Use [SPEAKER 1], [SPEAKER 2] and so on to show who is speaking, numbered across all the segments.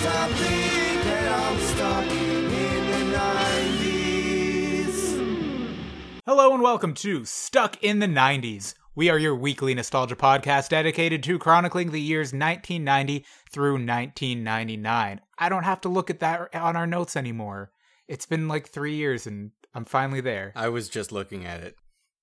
[SPEAKER 1] think that I'm stuck in the 90s.
[SPEAKER 2] Hello and welcome to Stuck in the 90s. We are your weekly nostalgia podcast dedicated to chronicling the years 1990 through 1999. I don't have to look at that on our notes anymore. It's been like three years and I'm finally there.
[SPEAKER 3] I was just looking at it.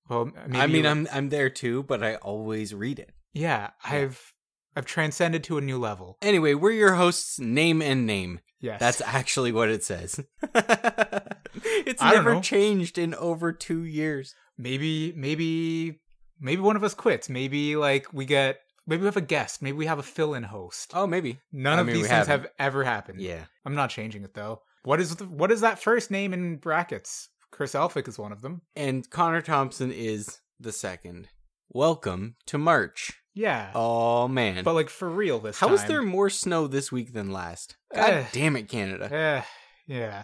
[SPEAKER 2] Well, maybe
[SPEAKER 3] Uh, I mean,
[SPEAKER 2] you-
[SPEAKER 3] I'm I'm there too, but I always read it.
[SPEAKER 2] yeah, I've I've transcended to a new level.
[SPEAKER 3] Anyway, we're your hosts, name and name.
[SPEAKER 2] Yes,
[SPEAKER 3] That's actually what it says. it's
[SPEAKER 2] I don't
[SPEAKER 3] never
[SPEAKER 2] know.
[SPEAKER 3] changed in over two years.
[SPEAKER 2] maybe maybe maybe one of us quits. Maybe like we get maybe we have a guest. Maybe we have a fill-in host.
[SPEAKER 3] Oh, maybe.
[SPEAKER 2] None
[SPEAKER 3] I
[SPEAKER 2] of
[SPEAKER 3] mean,
[SPEAKER 2] these
[SPEAKER 3] we
[SPEAKER 2] things
[SPEAKER 3] haven't.
[SPEAKER 2] have ever happened.
[SPEAKER 3] Yeah.
[SPEAKER 2] I'm not changing it though. What is the, what is that first name in brackets? Chris Elphick is one of them.
[SPEAKER 3] And Connor Thompson is the second. Welcome to March.
[SPEAKER 2] Yeah,
[SPEAKER 3] Oh man.
[SPEAKER 2] but like for real this
[SPEAKER 3] How
[SPEAKER 2] time.
[SPEAKER 3] is there more snow this week than last? God
[SPEAKER 2] Eh.
[SPEAKER 3] damn it, Canada.
[SPEAKER 2] Eh, yeah,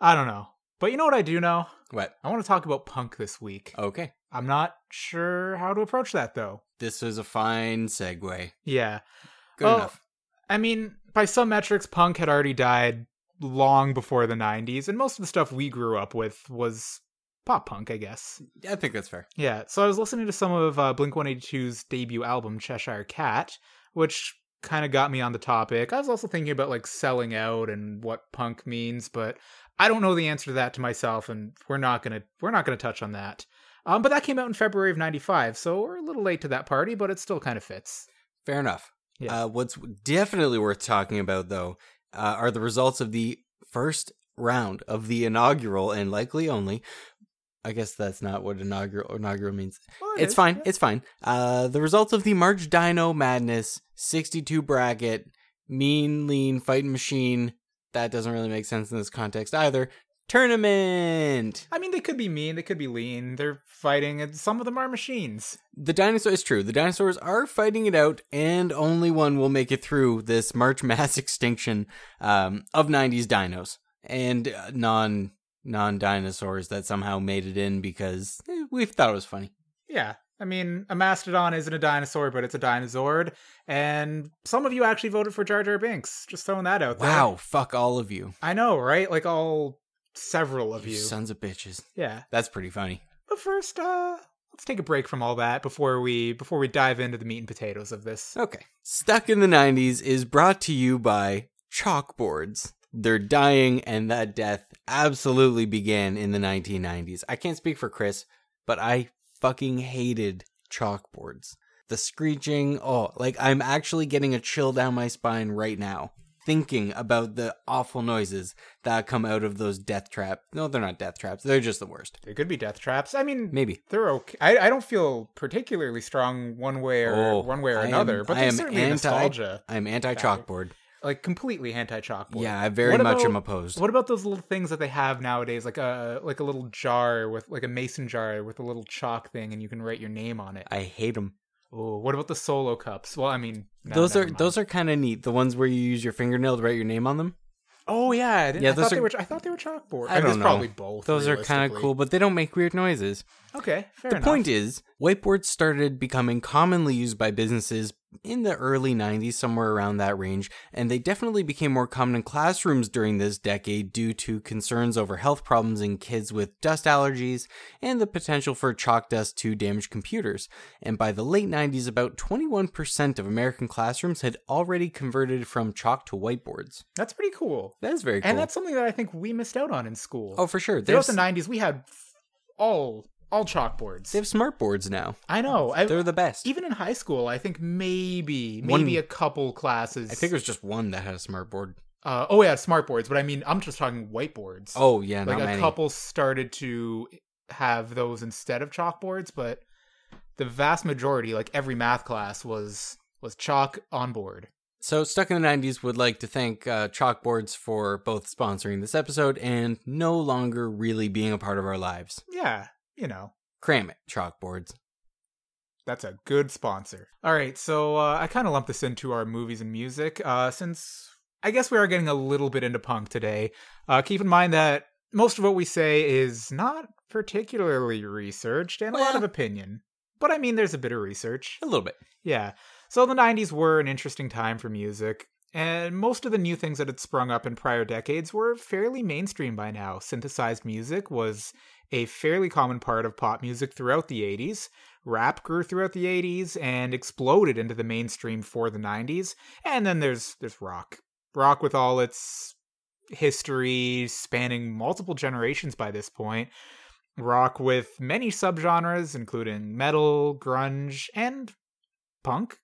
[SPEAKER 2] I don't know. But you know what I do know?
[SPEAKER 3] What?
[SPEAKER 2] I want to talk about punk this week.
[SPEAKER 3] Okay.
[SPEAKER 2] I'm not sure how to approach that though.
[SPEAKER 3] This was a fine segue.
[SPEAKER 2] Yeah,
[SPEAKER 3] Good
[SPEAKER 2] Oh,
[SPEAKER 3] enough.
[SPEAKER 2] I mean, by some metrics, punk had already died long before the 90s, and most of the stuff we grew up with was pop punk, I guess.
[SPEAKER 3] I think that's fair.
[SPEAKER 2] Yeah, so I was listening to some of uh, Blink 182's debut album, Cheshire Cat, which kind of got me on the topic. I was also thinking about like selling out and what punk means, but I don't know the answer to that to myself, and we're not gonna we're not gonna touch on that. Um, but that came out in February of '95, so we're a little late to that party, but it still kind of fits.
[SPEAKER 3] Fair enough.
[SPEAKER 2] Yeah.
[SPEAKER 3] Uh, what's definitely worth talking about, though, uh, are the results of the first round of the inaugural and likely only. I guess that's not what inaugural inaugural means.
[SPEAKER 2] Oh,
[SPEAKER 3] It's fine. It's fine. Uh, the results of the March Dino Madness 62 bracket, Mean Lean Fighting Machine. That doesn't really make sense in this context either. Tournament.
[SPEAKER 2] I mean, they could be mean, they could be lean. They're fighting, and some of them are machines.
[SPEAKER 3] The dinosaur is true. The dinosaurs are fighting it out, and only one will make it through this March mass extinction um, of '90s dinos and uh, non non dinosaurs that somehow made it in because eh, we thought it was funny.
[SPEAKER 2] Yeah. I mean, a mastodon isn't a dinosaur, but it's a dinosaur. And some of you actually voted for Jar Jar Binks. Just throwing that out there.
[SPEAKER 3] Wow! Fuck all of you,
[SPEAKER 2] I know, right? Like all several of
[SPEAKER 3] you
[SPEAKER 2] you.
[SPEAKER 3] sons of bitches.
[SPEAKER 2] Yeah.
[SPEAKER 3] That's pretty funny.
[SPEAKER 2] But first, uh, let's take a break from all that before we before we dive into the meat and potatoes of this.
[SPEAKER 3] Okay. Stuck in the 90s is brought to you by chalkboards. They're dying, and that death absolutely began in the 1990s. I can't speak for Chris, but I fucking hated chalkboards. The screeching, oh, like I'm actually getting a chill down my spine right now, thinking about the awful noises that come out of those death traps. No, they're not death traps, they're just the worst.
[SPEAKER 2] There could be death traps. I mean,
[SPEAKER 3] Maybe.
[SPEAKER 2] they're okay. I, I don't feel particularly strong one way or
[SPEAKER 3] Oh,
[SPEAKER 2] one way or
[SPEAKER 3] I am-
[SPEAKER 2] another, but
[SPEAKER 3] I
[SPEAKER 2] there's
[SPEAKER 3] am
[SPEAKER 2] certainly
[SPEAKER 3] anti-
[SPEAKER 2] nostalgia,
[SPEAKER 3] I'm anti chalkboard.
[SPEAKER 2] like completely anti chalkboard.
[SPEAKER 3] Yeah, I very
[SPEAKER 2] What
[SPEAKER 3] much
[SPEAKER 2] about-
[SPEAKER 3] am opposed.
[SPEAKER 2] What about those little things that they have nowadays, like a like a little jar with like a mason jar with a little chalk thing, and you can write your name on it.
[SPEAKER 3] I hate them.
[SPEAKER 2] Oh, what about the solo cups? Well, I mean,
[SPEAKER 3] those are those are kind of neat. The ones where you use your fingernail to write your name on them.
[SPEAKER 2] Oh yeah, I didn't-
[SPEAKER 3] Yeah,
[SPEAKER 2] I
[SPEAKER 3] those
[SPEAKER 2] thought they
[SPEAKER 3] are-
[SPEAKER 2] were. I thought they were chalkboard.
[SPEAKER 3] I
[SPEAKER 2] mean,
[SPEAKER 3] don't
[SPEAKER 2] it's
[SPEAKER 3] know.
[SPEAKER 2] Probably both.
[SPEAKER 3] Those are kind of
[SPEAKER 2] realistically.
[SPEAKER 3] cool, but they don't make weird noises.
[SPEAKER 2] Okay, fair
[SPEAKER 3] the
[SPEAKER 2] enough.
[SPEAKER 3] point is, whiteboards started becoming commonly used by businesses in the early 90s, somewhere around that range, and they definitely became more common in classrooms during this decade due to concerns over health problems in kids with dust allergies and the potential for chalk dust to damage computers. And by the late 90s, about 21% of American classrooms had already converted from chalk to whiteboards.
[SPEAKER 2] that's pretty cool.
[SPEAKER 3] That is very cool.
[SPEAKER 2] and that's something that I think we missed out on in school.
[SPEAKER 3] Oh, for sure. They
[SPEAKER 2] throughout
[SPEAKER 3] have,
[SPEAKER 2] the '90s, we had all all chalkboards.
[SPEAKER 3] they have smart boards now.
[SPEAKER 2] I know. I,
[SPEAKER 3] They're the best.
[SPEAKER 2] even in high school, I think maybe
[SPEAKER 3] One-
[SPEAKER 2] maybe a couple classes.
[SPEAKER 3] I think it was just one that had a smart board.
[SPEAKER 2] Uh, oh yeah, smartboards, but I mean, I'm just talking whiteboards.
[SPEAKER 3] Oh yeah,
[SPEAKER 2] like
[SPEAKER 3] not
[SPEAKER 2] a
[SPEAKER 3] many.
[SPEAKER 2] couple started to have those instead of chalkboards, but the vast majority, like every math class, was was chalk on board.
[SPEAKER 3] So stuck in the '90s would like to thank uh, Chalkboards for both sponsoring this episode and no longer really being a part of our lives.
[SPEAKER 2] Yeah, you know
[SPEAKER 3] Cram it, Chalkboards.
[SPEAKER 2] that's a good sponsor. All right, so uh, I kind of lumped this into our movies and music uh, since I guess we are getting a little bit into punk today. Uh, keep in mind that most of what we say is not particularly researched and a lot
[SPEAKER 3] Well-
[SPEAKER 2] of opinion. But I mean, there's a bit of research.
[SPEAKER 3] A little bit.
[SPEAKER 2] Yeah. So the 90s were an interesting time for music. And most of the new things that had sprung up in prior decades were fairly mainstream by now. Synthesized music was a fairly common part of pop music throughout the 80s. Rap grew throughout the 80s and exploded into the mainstream for the 90s. And then there's there's rock. Rock with all its history spanning multiple generations by this point. Rock with many subgenres including metal, grunge, and punk.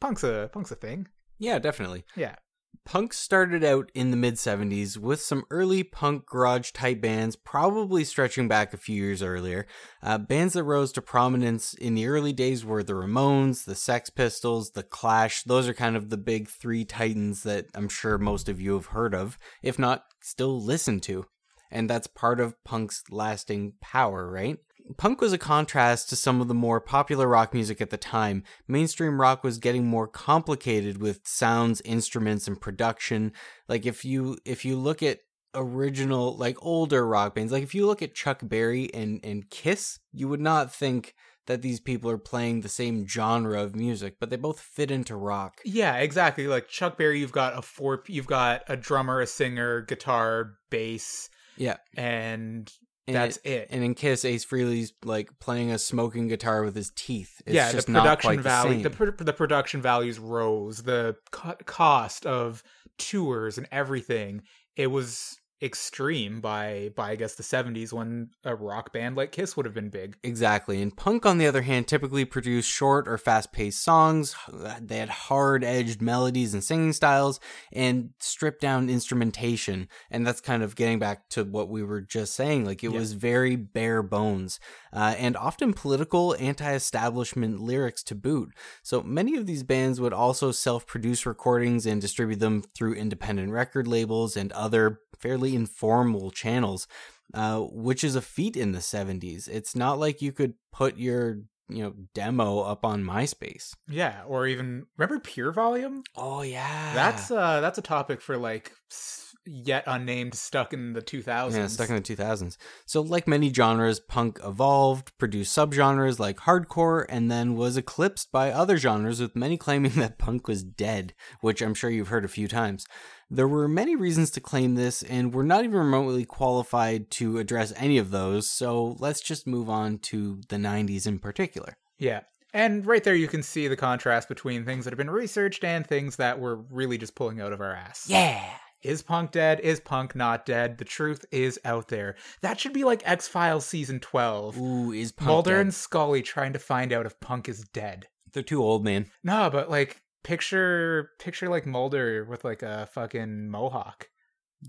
[SPEAKER 2] Punk's a punk's a thing.
[SPEAKER 3] Yeah, definitely.
[SPEAKER 2] Yeah.
[SPEAKER 3] Punk started out in the mid 70s with some early punk garage type bands, probably stretching back a few years earlier. Uh, bands that rose to prominence in the early days were the Ramones, the Sex Pistols, the Clash. Those are kind of the big three titans that I'm sure most of you have heard of, if not still listen to. And that's part of punk's lasting power, right? Punk was a contrast to some of the more popular rock music at the time. Mainstream rock was getting more complicated with sounds, instruments, and production. Like if you if you look at original like older rock bands, like if you look at Chuck Berry and and Kiss, you would not think that these people are playing the same genre of music, but they both fit into rock.
[SPEAKER 2] Yeah, exactly. Like Chuck Berry, you've got a four, you've got a drummer, a singer, guitar, bass,
[SPEAKER 3] Yeah,
[SPEAKER 2] and
[SPEAKER 3] and
[SPEAKER 2] that's
[SPEAKER 3] it-
[SPEAKER 2] it.
[SPEAKER 3] And in Kiss, Ace Frehley's like playing a smoking guitar with his teeth. It's
[SPEAKER 2] yeah,
[SPEAKER 3] just
[SPEAKER 2] the
[SPEAKER 3] not
[SPEAKER 2] production
[SPEAKER 3] quite the
[SPEAKER 2] value,
[SPEAKER 3] same.
[SPEAKER 2] the, pr- the production values rose. The co- cost of tours and everything, it was extreme by by I guess the seventies when a rock band like Kiss would have been big.
[SPEAKER 3] Exactly. And punk, on the other hand, typically produced short or fast paced songs. They had hard edged melodies and singing styles and stripped down instrumentation. And that's kind of getting back to what we were just saying. Like it
[SPEAKER 2] Yeah.
[SPEAKER 3] was very bare bones uh, and often political, anti establishment lyrics to boot. So many of these bands would also self produce recordings and distribute them through independent record labels and other fairly informal channels uh, which is a feat in the 70s. It's not like you could put your, you know, demo up on MySpace.
[SPEAKER 2] Yeah, or even remember Pure Volume?
[SPEAKER 3] Oh yeah.
[SPEAKER 2] That's uh that's a topic for like s- yet unnamed stuck in the two thousands.
[SPEAKER 3] yeah, stuck in the 2000s. So like many genres, punk evolved, produced subgenres like hardcore and then was eclipsed by other genres with many claiming that punk was dead, which I'm sure you've heard a few times. There were many reasons to claim this and we're not even remotely qualified to address any of those. So let's just move on to the 90s in particular.
[SPEAKER 2] Yeah. And right there, you can see the contrast between things that have been researched and things that we're really just pulling out of our ass.
[SPEAKER 3] Yeah.
[SPEAKER 2] Is punk dead? Is punk not dead? The truth is out there. That should be like X Files season 12.
[SPEAKER 3] Ooh, is punk
[SPEAKER 2] Mulder
[SPEAKER 3] dead?
[SPEAKER 2] and Scully trying to find out if punk is dead.
[SPEAKER 3] They're too old, man.
[SPEAKER 2] No, but like picture picture like Mulder with like a fucking mohawk.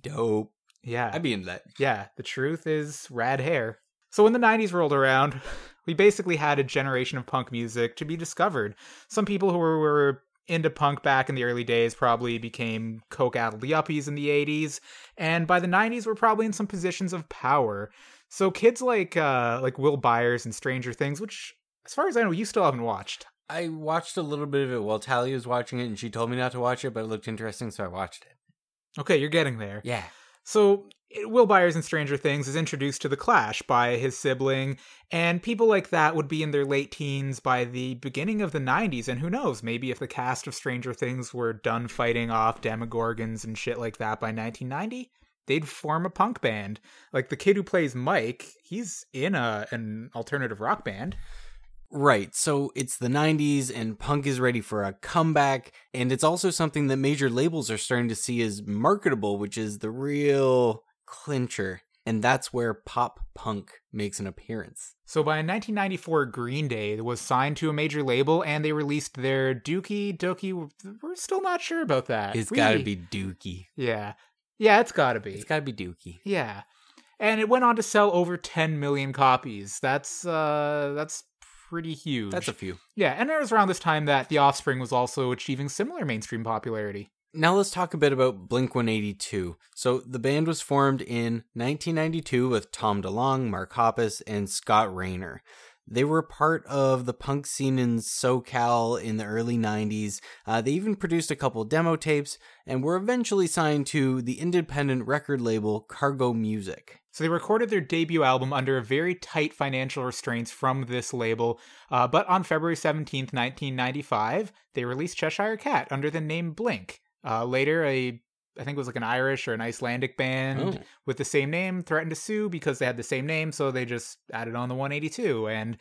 [SPEAKER 3] Dope.
[SPEAKER 2] Yeah.
[SPEAKER 3] I'd be into that.
[SPEAKER 2] Yeah, the truth is rad hair. So when the 90s rolled around, we basically had a generation of punk music to be discovered. Some people who were, were into punk back in the early days probably became coke addled yuppies in the 80s, and by the 90s were probably in some positions of power. So kids like uh like Will Byers and Stranger Things, which as far as I know you still haven't watched.
[SPEAKER 3] I watched a little bit of it while Tally was watching it, and she told me not to watch it, but it looked interesting, so I watched it.
[SPEAKER 2] Okay, you're getting there.
[SPEAKER 3] Yeah.
[SPEAKER 2] So, Will Byers in Stranger Things is introduced to the Clash by his sibling, and people like that would be in their late teens by the beginning of the 90s. And who knows, maybe if the cast of Stranger Things were done fighting off demogorgons and shit like that by 1990, they'd form a punk band. Like the kid who plays Mike, he's in a an alternative rock band.
[SPEAKER 3] Right. So it's the 90s, and punk is ready for a comeback. And it's also something that major labels are starting to see as marketable, which is the real clincher. And that's where pop punk makes an appearance.
[SPEAKER 2] So by 1994, Green Day was signed to a major label, and they released their Dookie Dookie. We're still not sure about that.
[SPEAKER 3] It's
[SPEAKER 2] We-
[SPEAKER 3] got to be Dookie.
[SPEAKER 2] Yeah. Yeah, it's gotta be.
[SPEAKER 3] It's got to be Dookie.
[SPEAKER 2] yeah. And it went on to sell over 10 million copies. That's uh that's pretty huge.
[SPEAKER 3] That's a few.
[SPEAKER 2] yeah, and it was around this time that The Offspring was also achieving similar mainstream popularity.
[SPEAKER 3] Now let's talk a bit about Blink 182. So the band was formed in 1992 with Tom DeLonge, Mark Hoppus, and Scott Rayner. They were part of the punk scene in SoCal in the early 90s. Uh, they even produced a couple demo tapes and were eventually signed to the independent record label Cargo Music.
[SPEAKER 2] So they recorded their debut album under very tight financial restraints from this label, uh, but on February 17th, 1995, they released Cheshire Cat under the name Blink. Uh, later, a I think it was like an Irish or an Icelandic band
[SPEAKER 3] Oh.
[SPEAKER 2] with the same name threatened to sue because they had the same name, so they just added on the 182, and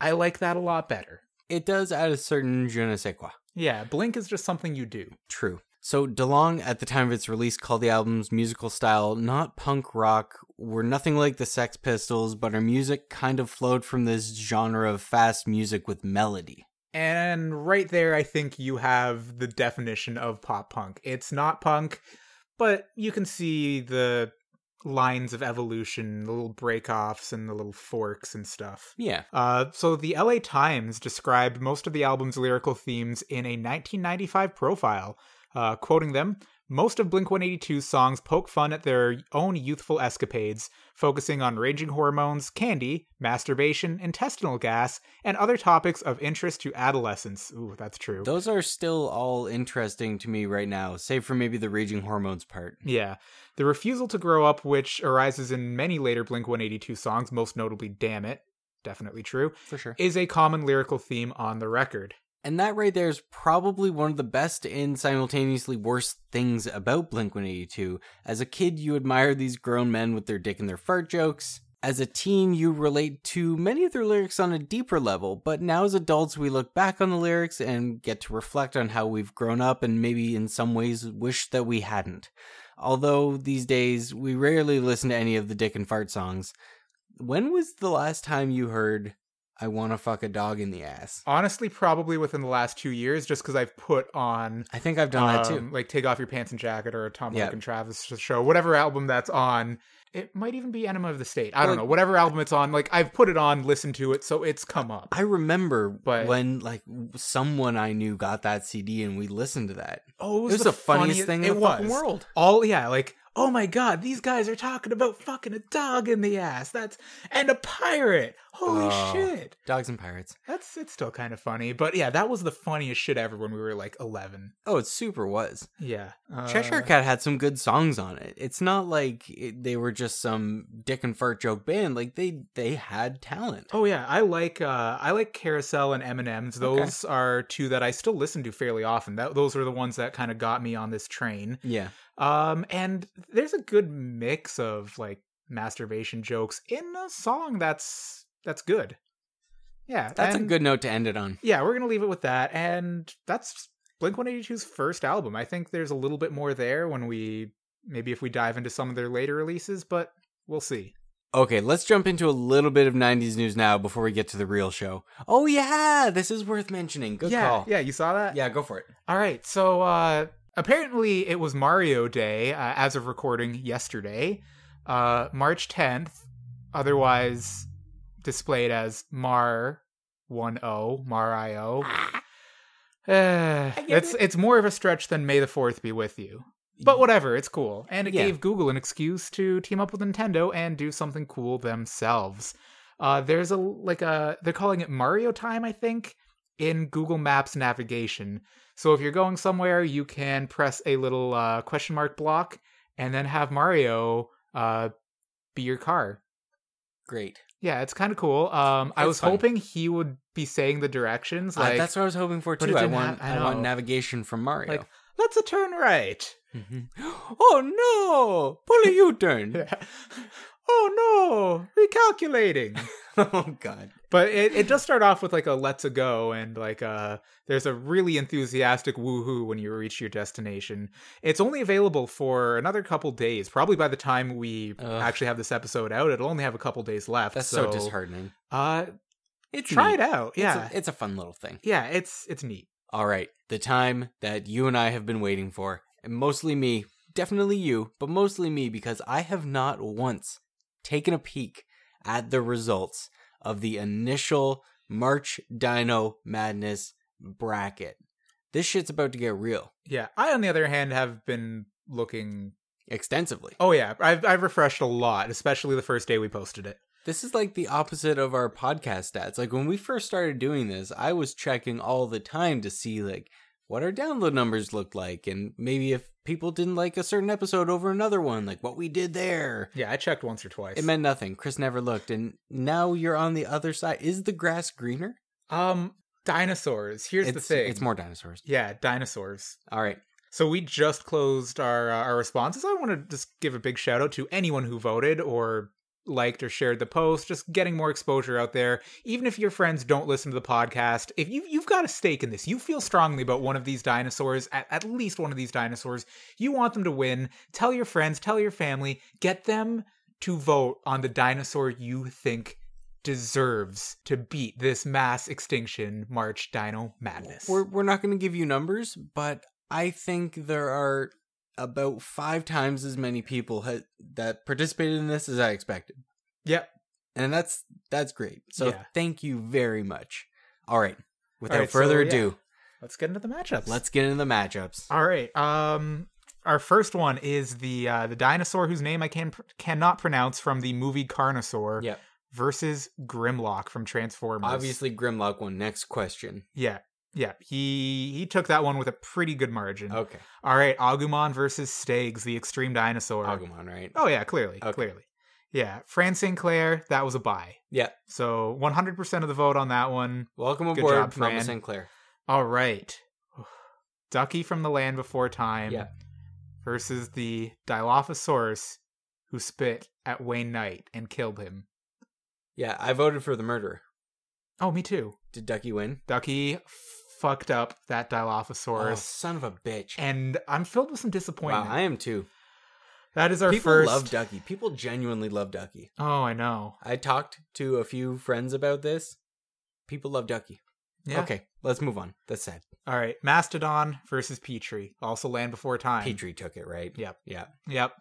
[SPEAKER 2] I like that a lot better.
[SPEAKER 3] It does add a certain je ne sais quoi.
[SPEAKER 2] Yeah, Blink is just something you do.
[SPEAKER 3] True. So DeLong, at the time of its release, called the album's musical style not punk rock. Were nothing like the Sex Pistols, but our music kind of flowed from this genre of fast music with melody.
[SPEAKER 2] And right there, I think you have the definition of pop punk. It's not punk, but you can see the lines of evolution, the little breakoffs and the little forks and stuff.
[SPEAKER 3] Yeah.
[SPEAKER 2] Uh, so the LA Times described most of the album's lyrical themes in a 1995 profile, uh, quoting them. Most of Blink 182's songs poke fun at their own youthful escapades, focusing on raging hormones, candy, masturbation, intestinal gas, and other topics of interest to adolescents. Ooh, that's true.
[SPEAKER 3] Those are still all interesting to me right now, save for maybe the raging hormones part.
[SPEAKER 2] Yeah. The refusal to grow up, which arises in many later Blink 182 songs, most notably Damn It, definitely true,
[SPEAKER 3] For sure.
[SPEAKER 2] is a common lyrical theme on the record.
[SPEAKER 3] And that right there is probably one of the best and simultaneously worst things about Blink 182. As a kid, you admire these grown men with their dick and their fart jokes. As a teen, you relate to many of their lyrics on a deeper level, but now as adults, we look back on the lyrics and get to reflect on how we've grown up and maybe in some ways wish that we hadn't. Although these days, we rarely listen to any of the dick and fart songs. When was the last time you heard, I wanna fuck a dog in the ass?
[SPEAKER 2] honestly probably within the last two years just because i've put on
[SPEAKER 3] I think I've done that too.
[SPEAKER 2] um, like take off your pants and jacket or a tom
[SPEAKER 3] Yeah.
[SPEAKER 2] Lake and travis show whatever album that's on it might even be enema of the state i don't
[SPEAKER 3] Like-
[SPEAKER 2] know whatever album it's on like i've put it on listened to it so it's come up
[SPEAKER 3] I remember
[SPEAKER 2] But-
[SPEAKER 3] when like someone I knew got that CD and we listened to that.
[SPEAKER 2] oh
[SPEAKER 3] It was, the, funniest thing in
[SPEAKER 2] it
[SPEAKER 3] the
[SPEAKER 2] was
[SPEAKER 3] fucking world.
[SPEAKER 2] all yeah like oh my god these guys are talking about fucking a dog in the ass that's and a pirate holy
[SPEAKER 3] Oh.
[SPEAKER 2] shit
[SPEAKER 3] Dogs and Pirates.
[SPEAKER 2] that's it's still kind of funny but yeah that was the funniest shit ever when we were like 11
[SPEAKER 3] Oh, it super was.
[SPEAKER 2] yeah
[SPEAKER 3] Cheshire
[SPEAKER 2] Uh,
[SPEAKER 3] Cat had some good songs on it. It's not like it, they were just some dick and fart joke band. Like they they had talent.
[SPEAKER 2] Oh yeah, I like uh, I like Carousel and M and M's. Those are two that I still listen to fairly often. That those are the ones that kind of got me on this train.
[SPEAKER 3] Yeah.
[SPEAKER 2] Um, and there's a good mix of like masturbation jokes in a song that's that's good. Yeah,
[SPEAKER 3] That's a
[SPEAKER 2] and-
[SPEAKER 3] good note to end it on.
[SPEAKER 2] Yeah, we're gonna leave it with that, and that's Blink 182's first album. I think there's a little bit more there when we maybe if we dive into some of their later releases, but we'll see.
[SPEAKER 3] Okay, let's jump into a little bit of 90s news now before we get to the real show. Oh yeah, this is worth mentioning. Good
[SPEAKER 2] yeah,
[SPEAKER 3] call.
[SPEAKER 2] yeah, you saw that.
[SPEAKER 3] Yeah, go for it.
[SPEAKER 2] All right. So uh, apparently it was Mario Day uh, as of recording yesterday, uh, March 10th, otherwise displayed as Mar 10 Mario. Uh,
[SPEAKER 3] Ah. get
[SPEAKER 2] it's
[SPEAKER 3] it.
[SPEAKER 2] it's more of a stretch than May the 4th be with you. But whatever, it's cool. And it
[SPEAKER 3] Yeah.
[SPEAKER 2] gave Google an excuse to team up with Nintendo and do something cool themselves. Uh, there's a like a they're calling it Mario Time, I think, in Google Maps navigation. So if you're going somewhere, you can press a little uh, question mark block and then have Mario uh, be your car.
[SPEAKER 3] Great.
[SPEAKER 2] Yeah, it's kind of cool. Um, I
[SPEAKER 3] It's
[SPEAKER 2] was
[SPEAKER 3] fun.
[SPEAKER 2] hoping he would be saying the directions,
[SPEAKER 3] Uh,
[SPEAKER 2] like
[SPEAKER 3] that's what I was hoping for
[SPEAKER 2] but it
[SPEAKER 3] too. I
[SPEAKER 2] didn't
[SPEAKER 3] want
[SPEAKER 2] ha- I
[SPEAKER 3] I, want
[SPEAKER 2] know.
[SPEAKER 3] navigation from Mario.
[SPEAKER 2] Like- "Let's a turn right."
[SPEAKER 3] Mhm. Oh no! Pull a U turn.
[SPEAKER 2] Yeah. oh no, recalculating.
[SPEAKER 3] oh god.
[SPEAKER 2] But it, it does start off with like a let's a go and like uh there's a really enthusiastic woohoo when you reach your destination. It's only available for another couple days. Probably by the time we
[SPEAKER 3] Ugh.
[SPEAKER 2] actually have this episode out, it'll only have a couple days left.
[SPEAKER 3] That's so, disheartening.
[SPEAKER 2] Uh
[SPEAKER 3] It's
[SPEAKER 2] try
[SPEAKER 3] neat.
[SPEAKER 2] it out. Yeah.
[SPEAKER 3] It's a, it's a fun little thing.
[SPEAKER 2] yeah, it's it's neat.
[SPEAKER 3] All right, the time that you and I have been waiting for, and mostly me, definitely you, but mostly me because I have not once taken a peek at the results of the initial March Dino Madness bracket. This shit's about to get real
[SPEAKER 2] Yeah. I on the other hand have been looking
[SPEAKER 3] extensively.
[SPEAKER 2] Oh yeah, I've I've refreshed a lot, especially the first day we posted it.
[SPEAKER 3] This is like the opposite of our podcast stats. Like when we first started doing this, I was checking all the time to see like what our download numbers looked like and maybe if people didn't like a certain episode over another one, like what we did there.
[SPEAKER 2] Yeah, I checked once or twice.
[SPEAKER 3] It meant nothing. Chris never looked and now you're on the other side. Is the grass greener?
[SPEAKER 2] um dinosaurs. Here's the
[SPEAKER 3] it's
[SPEAKER 2] thing.
[SPEAKER 3] it's more dinosaurs.
[SPEAKER 2] Yeah, dinosaurs.
[SPEAKER 3] All right.
[SPEAKER 2] So we just closed our uh, our responses. I want to just give a big shout out to anyone who voted or liked or shared the post. Just getting more exposure out there. Even if your friends don't listen to the podcast, if you you've got a stake in this, you feel strongly about one of these dinosaurs, at, at least one of these dinosaurs, you want them to win. Tell your friends, tell your family, get them to vote on the dinosaur you think deserves to beat this mass extinction March Dino Madness.
[SPEAKER 3] We're we're not going to give you numbers, but I think there are about five times as many people ha- that participated in this as I expected,
[SPEAKER 2] yep.
[SPEAKER 3] and that's that's great. So
[SPEAKER 2] Yeah.
[SPEAKER 3] thank you very much. All right, without
[SPEAKER 2] right, so,
[SPEAKER 3] further
[SPEAKER 2] yeah.
[SPEAKER 3] ado,
[SPEAKER 2] Let's get into the matchups.
[SPEAKER 3] let's get into the matchups.
[SPEAKER 2] All right. Um, our first one is the uh, the dinosaur whose name I can cannot pronounce from the movie Carnosaur
[SPEAKER 3] Yep.
[SPEAKER 2] versus Grimlock from Transformers.
[SPEAKER 3] Obviously, Grimlock won. Next question.
[SPEAKER 2] Yeah. Yeah, he he took that one with a pretty good margin.
[SPEAKER 3] Okay,
[SPEAKER 2] All right, Agumon versus Stegs, the extreme dinosaur.
[SPEAKER 3] Agumon, right?
[SPEAKER 2] Oh yeah, clearly,
[SPEAKER 3] Okay.
[SPEAKER 2] clearly. Yeah, Fran Sinclair, that was a buy.
[SPEAKER 3] Yeah.
[SPEAKER 2] So 100% of the vote on that one.
[SPEAKER 3] Welcome
[SPEAKER 2] Good
[SPEAKER 3] aboard,
[SPEAKER 2] job,
[SPEAKER 3] Mama
[SPEAKER 2] Fran.
[SPEAKER 3] Sinclair.
[SPEAKER 2] All right. Ducky from the land before time
[SPEAKER 3] Yeah.
[SPEAKER 2] versus the Dilophosaurus who spit at Wayne Knight and killed him.
[SPEAKER 3] Yeah, I voted for the murderer.
[SPEAKER 2] Oh, me too.
[SPEAKER 3] Did Ducky win?
[SPEAKER 2] Ducky fucked up that
[SPEAKER 3] Oh,
[SPEAKER 2] Dilophosaurus.
[SPEAKER 3] son of a bitch.
[SPEAKER 2] And I'm filled with some
[SPEAKER 3] Wow,
[SPEAKER 2] disappointment.
[SPEAKER 3] I am too.
[SPEAKER 2] that is our
[SPEAKER 3] People
[SPEAKER 2] first.
[SPEAKER 3] love Ducky. People genuinely love Ducky.
[SPEAKER 2] oh, I know.
[SPEAKER 3] I talked to a few friends about this. People love Ducky.
[SPEAKER 2] Yeah.
[SPEAKER 3] Okay, let's move on. That's sad.
[SPEAKER 2] All right. Mastodon versus Petrie. Also land before time.
[SPEAKER 3] Petrie took it, right?
[SPEAKER 2] Yep.
[SPEAKER 3] Yeah.
[SPEAKER 2] Yep.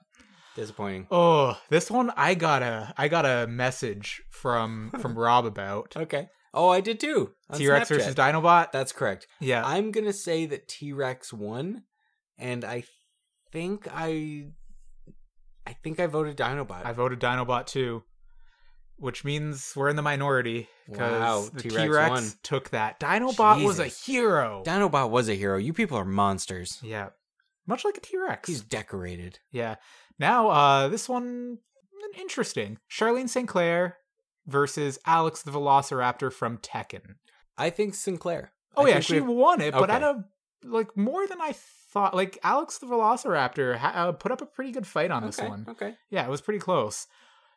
[SPEAKER 3] Disappointing.
[SPEAKER 2] Oh, this one I got a I got a message from from Rob about
[SPEAKER 3] Okay. Oh, I did too. on
[SPEAKER 2] T Rex
[SPEAKER 3] Snapchat.
[SPEAKER 2] versus Dinobot.
[SPEAKER 3] That's correct.
[SPEAKER 2] yeah,
[SPEAKER 3] I'm going to say that T Rex won, and I think I. I think I voted Dinobot.
[SPEAKER 2] I voted Dinobot too, which means we're in the minority
[SPEAKER 3] Wow,
[SPEAKER 2] because the
[SPEAKER 3] T-Rex
[SPEAKER 2] T
[SPEAKER 3] won.
[SPEAKER 2] Rex took that. Dinobot was a
[SPEAKER 3] Jesus.
[SPEAKER 2] hero.
[SPEAKER 3] Dinobot was a hero. You people are monsters.
[SPEAKER 2] yeah, much like a T Rex.
[SPEAKER 3] He's decorated.
[SPEAKER 2] Yeah. Now, uh, this one mm, interesting. Charlene St. Clair versus Alex the Velociraptor from Tekken.
[SPEAKER 3] I think Sinclair.
[SPEAKER 2] Oh
[SPEAKER 3] I
[SPEAKER 2] yeah,
[SPEAKER 3] think
[SPEAKER 2] she
[SPEAKER 3] we've-
[SPEAKER 2] won it, but
[SPEAKER 3] Okay.
[SPEAKER 2] at a like more than I thought. Like Alex the Velociraptor ha- uh, put up a pretty good fight on this
[SPEAKER 3] Okay,
[SPEAKER 2] one.
[SPEAKER 3] Okay.
[SPEAKER 2] Yeah, it was pretty close.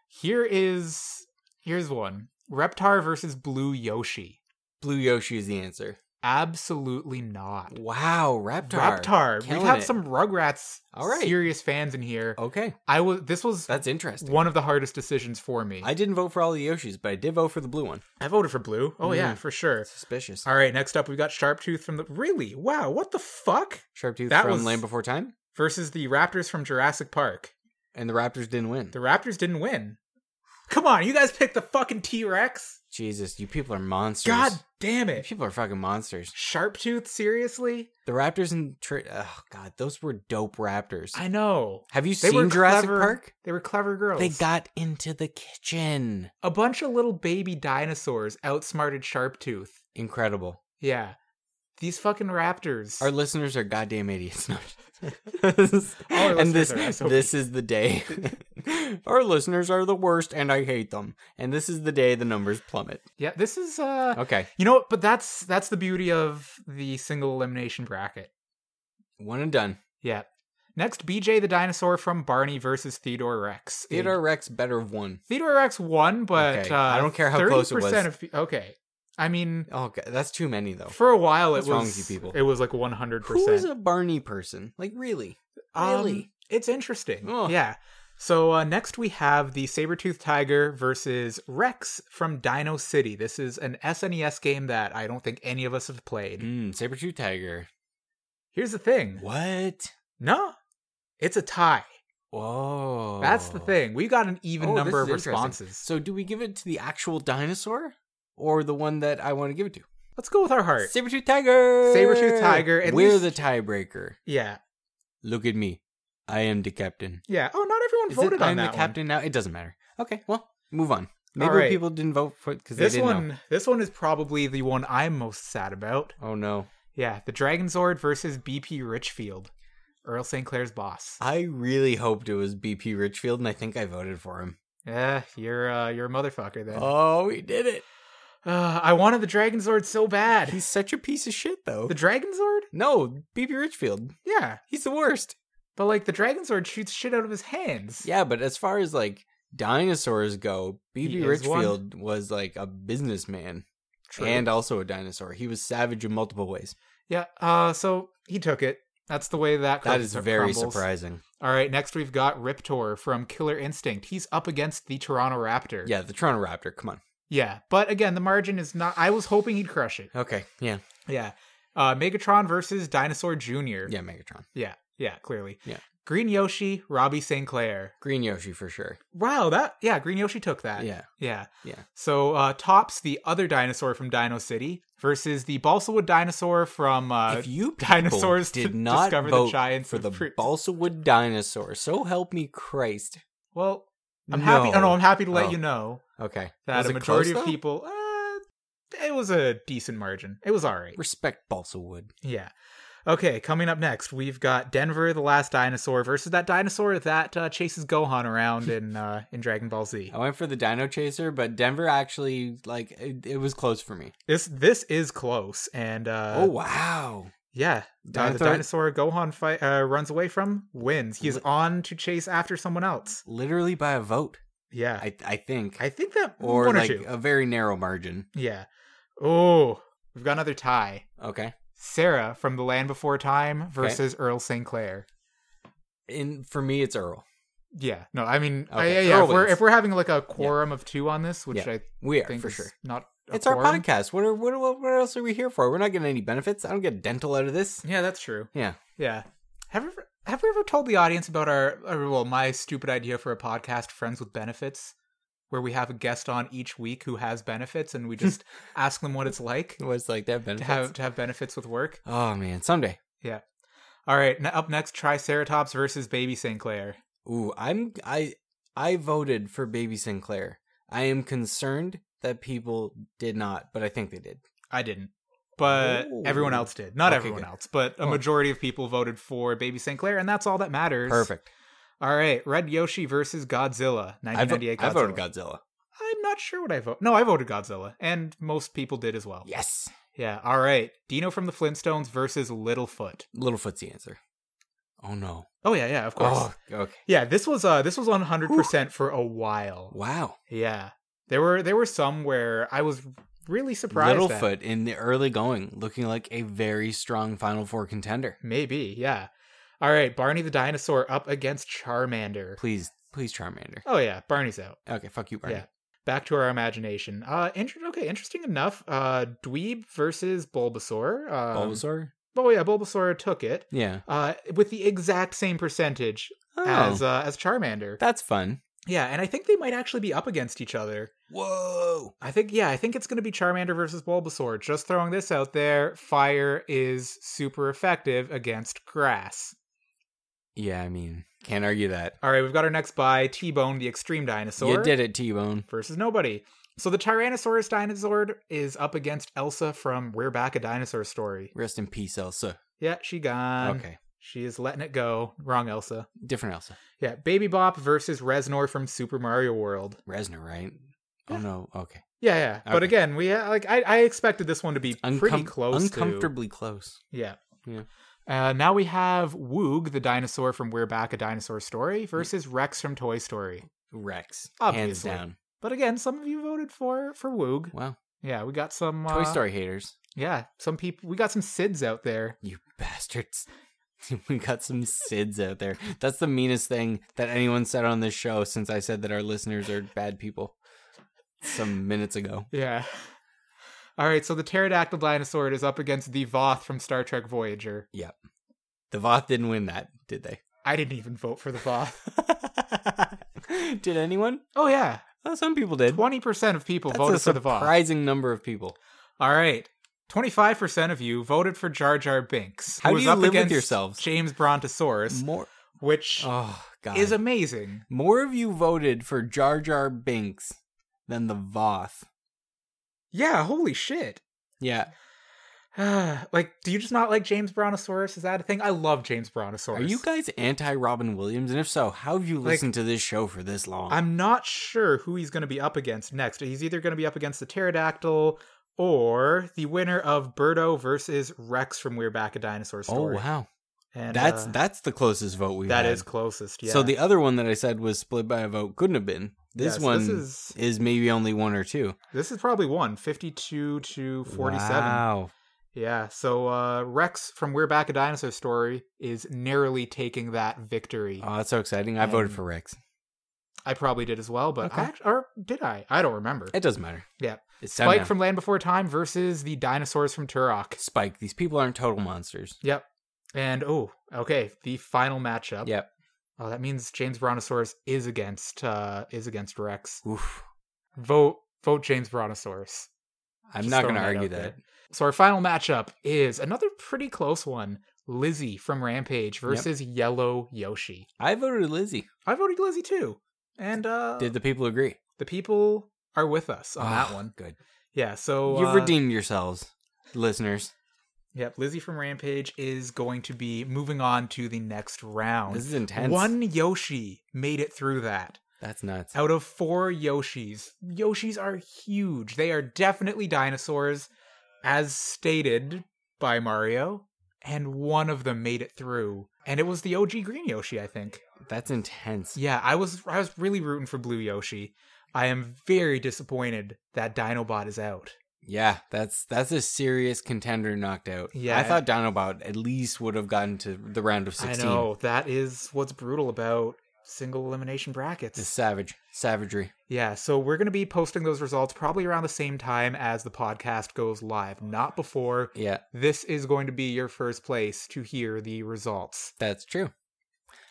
[SPEAKER 2] Here is here's one. Reptar versus Blue Yoshi.
[SPEAKER 3] Blue Yoshi is the answer.
[SPEAKER 2] Absolutely not.
[SPEAKER 3] Wow, Raptor.
[SPEAKER 2] Reptar.
[SPEAKER 3] Killing
[SPEAKER 2] we have
[SPEAKER 3] it.
[SPEAKER 2] some Rugrats
[SPEAKER 3] All right.
[SPEAKER 2] serious fans in here.
[SPEAKER 3] Okay,
[SPEAKER 2] I was this was
[SPEAKER 3] that's interesting.
[SPEAKER 2] one of the hardest decisions for me.
[SPEAKER 3] I didn't vote for all the Yoshis, but I did vote for the blue one.
[SPEAKER 2] I voted for blue. Oh yeah,
[SPEAKER 3] Mm.
[SPEAKER 2] for sure.
[SPEAKER 3] Suspicious.
[SPEAKER 2] All right, next up we got Sharptooth from the Really? Wow, what the fuck?
[SPEAKER 3] Sharptooth
[SPEAKER 2] That
[SPEAKER 3] from
[SPEAKER 2] was-
[SPEAKER 3] Land Before Time,
[SPEAKER 2] Versus the Raptors from Jurassic Park.
[SPEAKER 3] and the Raptors didn't win.
[SPEAKER 2] The Raptors didn't win. Come on, you guys picked the fucking T Rex?
[SPEAKER 3] Jesus, you people are monsters.
[SPEAKER 2] God damn
[SPEAKER 3] you
[SPEAKER 2] it.
[SPEAKER 3] people are fucking monsters.
[SPEAKER 2] Sharptooth, seriously?
[SPEAKER 3] The Raptors and tri- oh god, those were dope Raptors.
[SPEAKER 2] I know.
[SPEAKER 3] Have you
[SPEAKER 2] They were
[SPEAKER 3] seen Jurassic
[SPEAKER 2] clever-
[SPEAKER 3] Park?
[SPEAKER 2] They were clever girls.
[SPEAKER 3] They got into the kitchen.
[SPEAKER 2] a bunch of little baby dinosaurs outsmarted Sharptooth.
[SPEAKER 3] Incredible.
[SPEAKER 2] Yeah. These fucking raptors.
[SPEAKER 3] Our listeners are goddamn idiots. No.
[SPEAKER 2] All our
[SPEAKER 3] and
[SPEAKER 2] listeners
[SPEAKER 3] this
[SPEAKER 2] are SOP.
[SPEAKER 3] this is the day. Our listeners are the worst, and I hate them. And this is the day the numbers plummet.
[SPEAKER 2] yeah, this is uh
[SPEAKER 3] Okay,
[SPEAKER 2] You know what? But that's that's the beauty of the single elimination bracket.
[SPEAKER 3] one and done.
[SPEAKER 2] Yeah. Next, BJ the dinosaur from Barney versus Theodore Rex. A-
[SPEAKER 3] Theodore Rex better have won.
[SPEAKER 2] Theodore Rex won, but
[SPEAKER 3] Okay,
[SPEAKER 2] uh,
[SPEAKER 3] I don't care how close it
[SPEAKER 2] 30%
[SPEAKER 3] was.
[SPEAKER 2] Of, okay, I mean,
[SPEAKER 3] Oh god, that's too many though.
[SPEAKER 2] for a while
[SPEAKER 3] What's
[SPEAKER 2] it was
[SPEAKER 3] wrong with you people?
[SPEAKER 2] it was like one hundred
[SPEAKER 3] Who is
[SPEAKER 2] percent.
[SPEAKER 3] a Barney person? Like really? really?
[SPEAKER 2] Um, It's interesting.
[SPEAKER 3] Ugh.
[SPEAKER 2] Yeah. So uh, next we have the saber-toothed tiger versus Rex from Dino City. This is an SNES game that I don't think any of us have played.
[SPEAKER 3] Mm, saber tooth tiger.
[SPEAKER 2] Here's the thing.
[SPEAKER 3] What?
[SPEAKER 2] No, it's a tie.
[SPEAKER 3] Whoa.
[SPEAKER 2] That's the thing. We got an even
[SPEAKER 3] Oh, this
[SPEAKER 2] number
[SPEAKER 3] is
[SPEAKER 2] of
[SPEAKER 3] interesting.
[SPEAKER 2] responses.
[SPEAKER 3] So do we give it to the actual dinosaur or the one that I want to give it to?
[SPEAKER 2] let's go with our heart.
[SPEAKER 3] Saber tooth tiger.
[SPEAKER 2] Saber-tooth tiger, at
[SPEAKER 3] We're
[SPEAKER 2] least-
[SPEAKER 3] the tiebreaker.
[SPEAKER 2] yeah.
[SPEAKER 3] Look at me. I am the captain.
[SPEAKER 2] Yeah. Oh, not everyone
[SPEAKER 3] Is
[SPEAKER 2] voted
[SPEAKER 3] it
[SPEAKER 2] on
[SPEAKER 3] I'm
[SPEAKER 2] that
[SPEAKER 3] the
[SPEAKER 2] one.
[SPEAKER 3] captain now? It doesn't matter. Okay, well, move on. Maybe
[SPEAKER 2] All right.
[SPEAKER 3] people didn't vote for it because they
[SPEAKER 2] This
[SPEAKER 3] didn't
[SPEAKER 2] one,
[SPEAKER 3] know.
[SPEAKER 2] this one is probably the one I'm most sad about.
[SPEAKER 3] Oh no.
[SPEAKER 2] Yeah, the Dragon Zord versus BP Richfield, Earl St. Clair's boss.
[SPEAKER 3] I really hoped it was BP Richfield and I think I voted for him.
[SPEAKER 2] Yeah, you're uh, you're a motherfucker then.
[SPEAKER 3] Oh, we did it.
[SPEAKER 2] Uh, I wanted the Dragon Zord so bad.
[SPEAKER 3] He's such a piece of shit, though.
[SPEAKER 2] the Dragon Zord?
[SPEAKER 3] No, BB Richfield.
[SPEAKER 2] Yeah.
[SPEAKER 3] He's the worst.
[SPEAKER 2] But like the Dragon Zord shoots shit out of his hands.
[SPEAKER 3] Yeah, but as far as like dinosaurs go,
[SPEAKER 2] He
[SPEAKER 3] BB
[SPEAKER 2] is
[SPEAKER 3] Richfield was like a businessman
[SPEAKER 2] True.
[SPEAKER 3] and also a dinosaur. He was savage in multiple ways.
[SPEAKER 2] Yeah. Uh, so he took it. That's the way that
[SPEAKER 3] That
[SPEAKER 2] crum-
[SPEAKER 3] is very
[SPEAKER 2] crumbles.
[SPEAKER 3] surprising.
[SPEAKER 2] All right, next we've got Riptor from Killer Instinct. He's up against the Toronto Raptor.
[SPEAKER 3] Yeah, the Toronto Raptor. Come on.
[SPEAKER 2] Yeah, but again, the margin is not. I was hoping he'd crush it.
[SPEAKER 3] Okay. Yeah.
[SPEAKER 2] Yeah. Uh, Megatron versus Dinosaur Jr.
[SPEAKER 3] Yeah, Megatron.
[SPEAKER 2] Yeah. Yeah, clearly.
[SPEAKER 3] Yeah.
[SPEAKER 2] Green Yoshi, Robbie St. Clair.
[SPEAKER 3] Green Yoshi for sure.
[SPEAKER 2] Wow, that. Yeah, Green Yoshi took that.
[SPEAKER 3] Yeah.
[SPEAKER 2] Yeah.
[SPEAKER 3] Yeah.
[SPEAKER 2] So uh, Tops, the other dinosaur from Dino City, versus the Balsawood dinosaur from. Uh,
[SPEAKER 3] if you people
[SPEAKER 2] dinosaurs
[SPEAKER 3] did
[SPEAKER 2] to
[SPEAKER 3] not
[SPEAKER 2] discover the
[SPEAKER 3] vote
[SPEAKER 2] giants
[SPEAKER 3] for
[SPEAKER 2] of
[SPEAKER 3] the
[SPEAKER 2] pre-
[SPEAKER 3] balsa wood dinosaur, so help me Christ.
[SPEAKER 2] well, I'm happy. Oh, no, I'm happy to let
[SPEAKER 3] Oh.
[SPEAKER 2] you know
[SPEAKER 3] Okay.
[SPEAKER 2] that
[SPEAKER 3] Was
[SPEAKER 2] a
[SPEAKER 3] it
[SPEAKER 2] majority
[SPEAKER 3] close,
[SPEAKER 2] of
[SPEAKER 3] though?
[SPEAKER 2] people. Uh, it was a decent margin. It was all right.
[SPEAKER 3] respect balsa wood.
[SPEAKER 2] Yeah. Okay, coming up next, we've got Denver, the last dinosaur, versus that dinosaur that uh, chases Gohan around in uh, in Dragon Ball Z.
[SPEAKER 3] I went for the Dino Chaser, but Denver actually like it, it was close for me.
[SPEAKER 2] This this is close, and uh,
[SPEAKER 3] oh wow!
[SPEAKER 2] yeah, uh, the
[SPEAKER 3] Dinosaur-
[SPEAKER 2] dinosaur Gohan fight uh, runs away from wins. He's
[SPEAKER 3] Li-
[SPEAKER 2] on to chase after someone else.
[SPEAKER 3] Literally by a vote,
[SPEAKER 2] Yeah, I,
[SPEAKER 3] I I think,
[SPEAKER 2] think that
[SPEAKER 3] or
[SPEAKER 2] one
[SPEAKER 3] like uh,
[SPEAKER 2] or two.
[SPEAKER 3] a very narrow margin.
[SPEAKER 2] yeah. Oh, we've got another tie.
[SPEAKER 3] Okay.
[SPEAKER 2] Sarah from the Land Before Time versus Earl St. Clair.
[SPEAKER 3] And for me, it's Earl.
[SPEAKER 2] Yeah, no, I mean, I-
[SPEAKER 3] Okay,
[SPEAKER 2] yeah, yeah.
[SPEAKER 3] Earl
[SPEAKER 2] If we're,
[SPEAKER 3] wins.
[SPEAKER 2] if we're having like a quorum of two on this, which
[SPEAKER 3] Yeah.
[SPEAKER 2] I
[SPEAKER 3] We are
[SPEAKER 2] think
[SPEAKER 3] for
[SPEAKER 2] is
[SPEAKER 3] sure.
[SPEAKER 2] Not a
[SPEAKER 3] It's our
[SPEAKER 2] quorum.
[SPEAKER 3] podcast. What are what, what what else are we here for? We're not getting any benefits. I don't get dental out of this.
[SPEAKER 2] Yeah, that's true.
[SPEAKER 3] Yeah.
[SPEAKER 2] yeah. Have we ever, have we ever told the audience about our or, well my stupid idea for a podcast, Friends with Benefits, where we have a guest on each week who has benefits, and we just ask them what it's like
[SPEAKER 3] What's like that
[SPEAKER 2] to
[SPEAKER 3] benefits?
[SPEAKER 2] have to have benefits with work.
[SPEAKER 3] oh man, someday.
[SPEAKER 2] All right, n- up next, Triceratops versus Baby St. Clair.
[SPEAKER 3] Ooh, I'm I I voted for Baby Sinclair. I am concerned that people did not, but I think they did.
[SPEAKER 2] I didn't. But
[SPEAKER 3] Ooh.
[SPEAKER 2] everyone else did. Not
[SPEAKER 3] Okay,
[SPEAKER 2] everyone
[SPEAKER 3] good.
[SPEAKER 2] else, but a
[SPEAKER 3] Oh.
[SPEAKER 2] majority of people voted for Baby St. Clair, and that's all that matters.
[SPEAKER 3] Perfect.
[SPEAKER 2] All right, Red Yoshi versus Godzilla,
[SPEAKER 3] I, vo-
[SPEAKER 2] 1998
[SPEAKER 3] I
[SPEAKER 2] Godzilla.
[SPEAKER 3] voted Godzilla.
[SPEAKER 2] I'm not sure what I vote. No, I voted Godzilla, and most people did as well.
[SPEAKER 3] Yes.
[SPEAKER 2] Yeah. All right. Dino from the Flintstones versus Littlefoot.
[SPEAKER 3] Littlefoot's the answer. Oh no.
[SPEAKER 2] Oh yeah, yeah, of course.
[SPEAKER 3] Oh, okay.
[SPEAKER 2] Yeah, this was uh this was 100% for a while.
[SPEAKER 3] Wow.
[SPEAKER 2] Yeah. There were there were some where I was really surprised at.
[SPEAKER 3] Littlefoot in the early going, looking like a very strong Final Four contender.
[SPEAKER 2] Maybe, yeah. All right, Barney the dinosaur up against Charmander.
[SPEAKER 3] Please, please, Charmander.
[SPEAKER 2] Oh yeah, Barney's out.
[SPEAKER 3] Okay, fuck you, Barney.
[SPEAKER 2] Yeah. Back to our imagination. Uh, inter- okay, interesting enough. Uh, Dweeb versus Bulbasaur. Um,
[SPEAKER 3] Bulbasaur.
[SPEAKER 2] Oh yeah, Bulbasaur took it.
[SPEAKER 3] Yeah.
[SPEAKER 2] Uh, with the exact same percentage
[SPEAKER 3] Oh,
[SPEAKER 2] as uh, as Charmander.
[SPEAKER 3] that's fun.
[SPEAKER 2] yeah, and I think they might actually be up against each other.
[SPEAKER 3] Whoa.
[SPEAKER 2] I think yeah, I think it's going to be Charmander versus Bulbasaur. Just throwing this out there, fire is super effective against grass.
[SPEAKER 3] Yeah, I mean, can't argue that.
[SPEAKER 2] All right, we've got our next buy T Bone, the extreme dinosaur.
[SPEAKER 3] you did it, T Bone.
[SPEAKER 2] Versus nobody. So the Tyrannosaurus dinosaur is up against Elsa from We're Back a Dinosaur Story.
[SPEAKER 3] Rest in peace, Elsa.
[SPEAKER 2] Yeah, she gone.
[SPEAKER 3] okay,
[SPEAKER 2] She is letting it go. Wrong Elsa.
[SPEAKER 3] different Elsa.
[SPEAKER 2] Yeah, Baby Bop versus Reznor from Super Mario World.
[SPEAKER 3] Resner, right? Oh
[SPEAKER 2] Yeah.
[SPEAKER 3] no. Okay.
[SPEAKER 2] Yeah, yeah. But
[SPEAKER 3] Okay.
[SPEAKER 2] again, we uh, like I, I expected this one to be pretty
[SPEAKER 3] Uncom-
[SPEAKER 2] close. To,
[SPEAKER 3] Uncomfortably close.
[SPEAKER 2] yeah.
[SPEAKER 3] Yeah.
[SPEAKER 2] Uh, now we have Woog, the dinosaur from We're Back a Dinosaur Story, versus Rex from Toy Story.
[SPEAKER 3] Rex,
[SPEAKER 2] Obviously.
[SPEAKER 3] hands down.
[SPEAKER 2] But again, some of you voted for for Woog.
[SPEAKER 3] Wow.
[SPEAKER 2] Yeah, we got some uh,
[SPEAKER 3] Toy Story haters.
[SPEAKER 2] Yeah, some people. We got some Sids out there.
[SPEAKER 3] You bastards. we got some SIDS out there. That's the meanest thing that anyone said on this show since I said that our listeners are bad people some minutes ago.
[SPEAKER 2] Yeah. All right, so the pterodactyl dinosaur is up against the Voth from Star Trek Voyager.
[SPEAKER 3] The Voth didn't win that, did
[SPEAKER 2] I didn't even vote for the Voth.
[SPEAKER 3] they? did anyone?
[SPEAKER 2] oh yeah,
[SPEAKER 3] Well, some people did.
[SPEAKER 2] twenty percent of people
[SPEAKER 3] That's a
[SPEAKER 2] voted for the Voth.
[SPEAKER 3] surprising number of people.
[SPEAKER 2] All right, twenty-five percent of you voted for Jar Jar Binks.
[SPEAKER 3] How
[SPEAKER 2] who
[SPEAKER 3] do
[SPEAKER 2] was
[SPEAKER 3] you
[SPEAKER 2] up
[SPEAKER 3] live with
[SPEAKER 2] against
[SPEAKER 3] yourselves?
[SPEAKER 2] James Brontosaurus,
[SPEAKER 3] More.
[SPEAKER 2] which
[SPEAKER 3] Oh God.
[SPEAKER 2] is amazing.
[SPEAKER 3] More of you voted for Jar Jar Binks than the Voth.
[SPEAKER 2] Yeah, holy shit.
[SPEAKER 3] Yeah.
[SPEAKER 2] like, do you just not like James Brontosaurus? Is that a thing? I love James Brontosaurus.
[SPEAKER 3] Are you guys anti Robin Williams? And if so, how have you
[SPEAKER 2] Like-
[SPEAKER 3] listened to this show for this long?
[SPEAKER 2] I'm not sure who he's going to be up against next. He's either going to be up against the pterodactyl or the winner of Birdo versus Rex from We're Back a Dinosaur
[SPEAKER 3] oh
[SPEAKER 2] Story.
[SPEAKER 3] wow,
[SPEAKER 2] And,
[SPEAKER 3] that's
[SPEAKER 2] uh,
[SPEAKER 3] that's the closest vote we've
[SPEAKER 2] that
[SPEAKER 3] had.
[SPEAKER 2] is closest. Yeah.
[SPEAKER 3] So the other one that I said was split by a vote couldn't have been. This
[SPEAKER 2] Yes,
[SPEAKER 3] one
[SPEAKER 2] This
[SPEAKER 3] is...
[SPEAKER 2] is
[SPEAKER 3] maybe only one or two.
[SPEAKER 2] this is probably one 52 to 47.
[SPEAKER 3] Wow.
[SPEAKER 2] Yeah. So uh, Rex from We're Back a Dinosaur Story is narrowly taking that victory.
[SPEAKER 3] Oh, that's so exciting. I voted
[SPEAKER 2] And-
[SPEAKER 3] for Rex.
[SPEAKER 2] I probably did as well, but
[SPEAKER 3] Okay.
[SPEAKER 2] I act- or did I? I don't remember.
[SPEAKER 3] It doesn't matter.
[SPEAKER 2] Yeah.
[SPEAKER 3] It's time
[SPEAKER 2] Spike
[SPEAKER 3] now.
[SPEAKER 2] from Land Before Time versus the dinosaurs from Turok.
[SPEAKER 3] Spike. These people aren't total monsters.
[SPEAKER 2] Yep. And oh, okay, the final matchup.
[SPEAKER 3] Yep.
[SPEAKER 2] Oh, that means James Brontosaurus is against uh is against Rex.
[SPEAKER 3] Oof.
[SPEAKER 2] Vote vote James Brontosaurus.
[SPEAKER 3] I'm
[SPEAKER 2] Just
[SPEAKER 3] not going to
[SPEAKER 2] throwing that
[SPEAKER 3] argue
[SPEAKER 2] out
[SPEAKER 3] that.
[SPEAKER 2] there. So our final matchup is another pretty close one. Lizzie from Rampage versus Yellow Yoshi.
[SPEAKER 3] I voted Lizzie.
[SPEAKER 2] I voted Lizzie too. And uh
[SPEAKER 3] Did the people agree?
[SPEAKER 2] the people are with us on that
[SPEAKER 3] Ah,
[SPEAKER 2] one.
[SPEAKER 3] Good.
[SPEAKER 2] Yeah, so
[SPEAKER 3] You've
[SPEAKER 2] uh,
[SPEAKER 3] redeemed yourselves, listeners.
[SPEAKER 2] Yep, Lizzie from Rampage is going to be moving on to the next round.
[SPEAKER 3] This is intense.
[SPEAKER 2] One Yoshi made it through that.
[SPEAKER 3] That's nuts.
[SPEAKER 2] Out of four Yoshis, Yoshis are huge. They are definitely dinosaurs, as stated by Mario, and one of them made it through. And it was the OG green Yoshi, I think.
[SPEAKER 3] That's intense.
[SPEAKER 2] Yeah, I was I was really rooting for blue Yoshi. I am very disappointed that Dinobot is out.
[SPEAKER 3] Yeah, that's that's a serious contender knocked out.
[SPEAKER 2] Yeah,
[SPEAKER 3] I thought Dinobot at least would have gotten to the round of sixteen.
[SPEAKER 2] I know that is what's brutal about single elimination brackets.
[SPEAKER 3] It's savage savagery.
[SPEAKER 2] Yeah, so we're going to be posting those results probably around the same time as the podcast goes live, not before.
[SPEAKER 3] Yeah,
[SPEAKER 2] This is going to be your first place to hear the results.
[SPEAKER 3] that's true.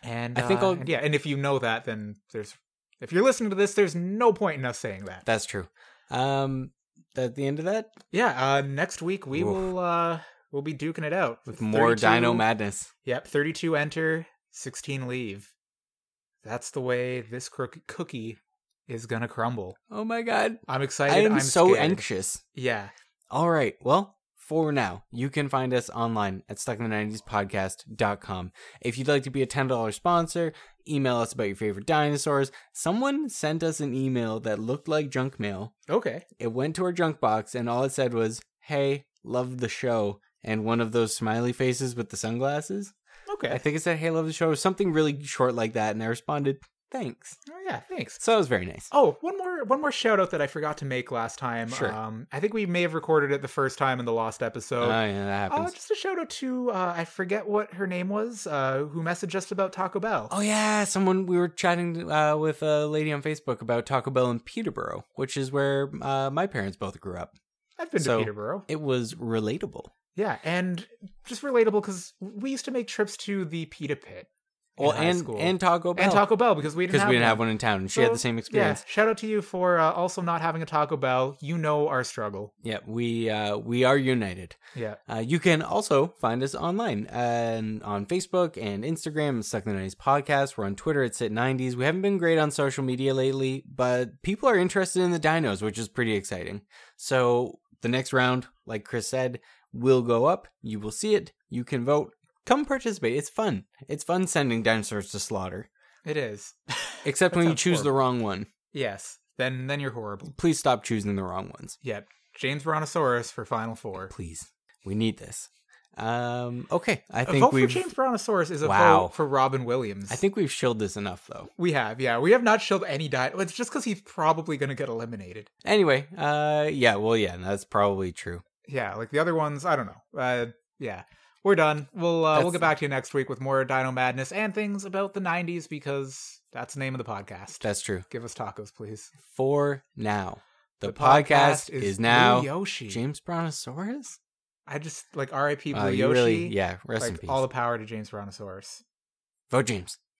[SPEAKER 2] And
[SPEAKER 3] I think
[SPEAKER 2] uh,
[SPEAKER 3] I'll-
[SPEAKER 2] and yeah, and if you know that, then there's if you're listening to this, there's no point in us saying that.
[SPEAKER 3] That's true. Um, at the end of that,
[SPEAKER 2] yeah, uh, next week we
[SPEAKER 3] Oof.
[SPEAKER 2] will uh we'll be duking it out
[SPEAKER 3] with more
[SPEAKER 2] 32
[SPEAKER 3] Dino madness.
[SPEAKER 2] Yep, 32 enter, 16 leave. That's the way this crook- cookie is gonna crumble.
[SPEAKER 3] Oh my god,
[SPEAKER 2] I'm excited.
[SPEAKER 3] I am
[SPEAKER 2] I'm
[SPEAKER 3] so
[SPEAKER 2] scared.
[SPEAKER 3] anxious.
[SPEAKER 2] Yeah,
[SPEAKER 3] All right. Well, for now, you can find us online at stuckinthe90spodcast.com. If you'd like to be a $10 sponsor, email us about your favorite dinosaurs. Someone sent us an email that looked like junk mail.
[SPEAKER 2] okay.
[SPEAKER 3] It went to our junk box, and all it said was, Hey, love the show. And one of those smiley faces with the sunglasses.
[SPEAKER 2] Okay.
[SPEAKER 3] I think it said, Hey, love the show, or something really short like that. And I responded, Thanks.
[SPEAKER 2] oh yeah, thanks.
[SPEAKER 3] So it was very nice.
[SPEAKER 2] Oh, one more one more shout out that I forgot to make last time.
[SPEAKER 3] Sure.
[SPEAKER 2] Um I think we may have recorded it the first time in the lost episode.
[SPEAKER 3] Oh, yeah, that
[SPEAKER 2] uh,
[SPEAKER 3] happens.
[SPEAKER 2] just a shout out to uh, I forget what her name was, uh, who messaged us about Taco Bell.
[SPEAKER 3] Oh yeah, someone we were chatting uh, with a lady on Facebook about Taco Bell in Peterborough, which is where uh, my parents both grew up.
[SPEAKER 2] I've been
[SPEAKER 3] so-
[SPEAKER 2] to Peterborough.
[SPEAKER 3] It was relatable.
[SPEAKER 2] Yeah, and just relatable because we used to make trips to the Pita Pit. in
[SPEAKER 3] Well,
[SPEAKER 2] high
[SPEAKER 3] and
[SPEAKER 2] school.
[SPEAKER 3] and Taco Bell
[SPEAKER 2] and Taco Bell because we didn't
[SPEAKER 3] because
[SPEAKER 2] have
[SPEAKER 3] we didn't
[SPEAKER 2] one.
[SPEAKER 3] have one in town, and she had the same experience.
[SPEAKER 2] Yeah, shout out to you for uh, also not having a Taco Bell. You know our struggle.
[SPEAKER 3] Yeah, we uh, we are united.
[SPEAKER 2] Yeah.
[SPEAKER 3] Uh, you can also find us online and on Facebook and Instagram, Stuck in the 90s Podcast. We're on Twitter at Sit90s. We haven't been great on social media lately, but people are interested in the dinos, which is pretty exciting. So the next round, like Chris said, will go up. You will see it. You can vote. Come participate. It's fun. It's fun sending dinosaurs to slaughter,
[SPEAKER 2] It is.
[SPEAKER 3] except
[SPEAKER 2] That
[SPEAKER 3] when you
[SPEAKER 2] sounds
[SPEAKER 3] choose the
[SPEAKER 2] horrible.
[SPEAKER 3] wrong one.
[SPEAKER 2] Yes. Then then you're horrible.
[SPEAKER 3] Please stop choosing the wrong ones.
[SPEAKER 2] Yep. James Brontosaurus for Final Four.
[SPEAKER 3] Please. We need this. Um, okay. I
[SPEAKER 2] A
[SPEAKER 3] think
[SPEAKER 2] Uh, vote
[SPEAKER 3] we've.
[SPEAKER 2] for James Brontosaurus is a
[SPEAKER 3] Wow.
[SPEAKER 2] vote for Robin Williams.
[SPEAKER 3] I think we've shielded this enough, though.
[SPEAKER 2] we have, yeah. We have not shielded any diet. It's just because he's probably going to get eliminated.
[SPEAKER 3] Anyway, uh, yeah, well, yeah, that's probably true.
[SPEAKER 2] Yeah, like the other ones, I don't know. Uh, yeah, we're done. We'll uh, we'll
[SPEAKER 3] That's-
[SPEAKER 2] get back to you next week with more Dino Madness and things about the '90s because that's the name of the podcast.
[SPEAKER 3] That's true.
[SPEAKER 2] Give us tacos, please.
[SPEAKER 3] For now, the, podcast, is,
[SPEAKER 2] Blue
[SPEAKER 3] now
[SPEAKER 2] Yoshi.
[SPEAKER 3] James Brontosaurus.
[SPEAKER 2] I just like R.I.P. Blue
[SPEAKER 3] Wow, Uh, you
[SPEAKER 2] Yoshi.
[SPEAKER 3] really, yeah, rest in
[SPEAKER 2] like
[SPEAKER 3] peace.
[SPEAKER 2] all the power to James Brontosaurus.
[SPEAKER 3] Vote James.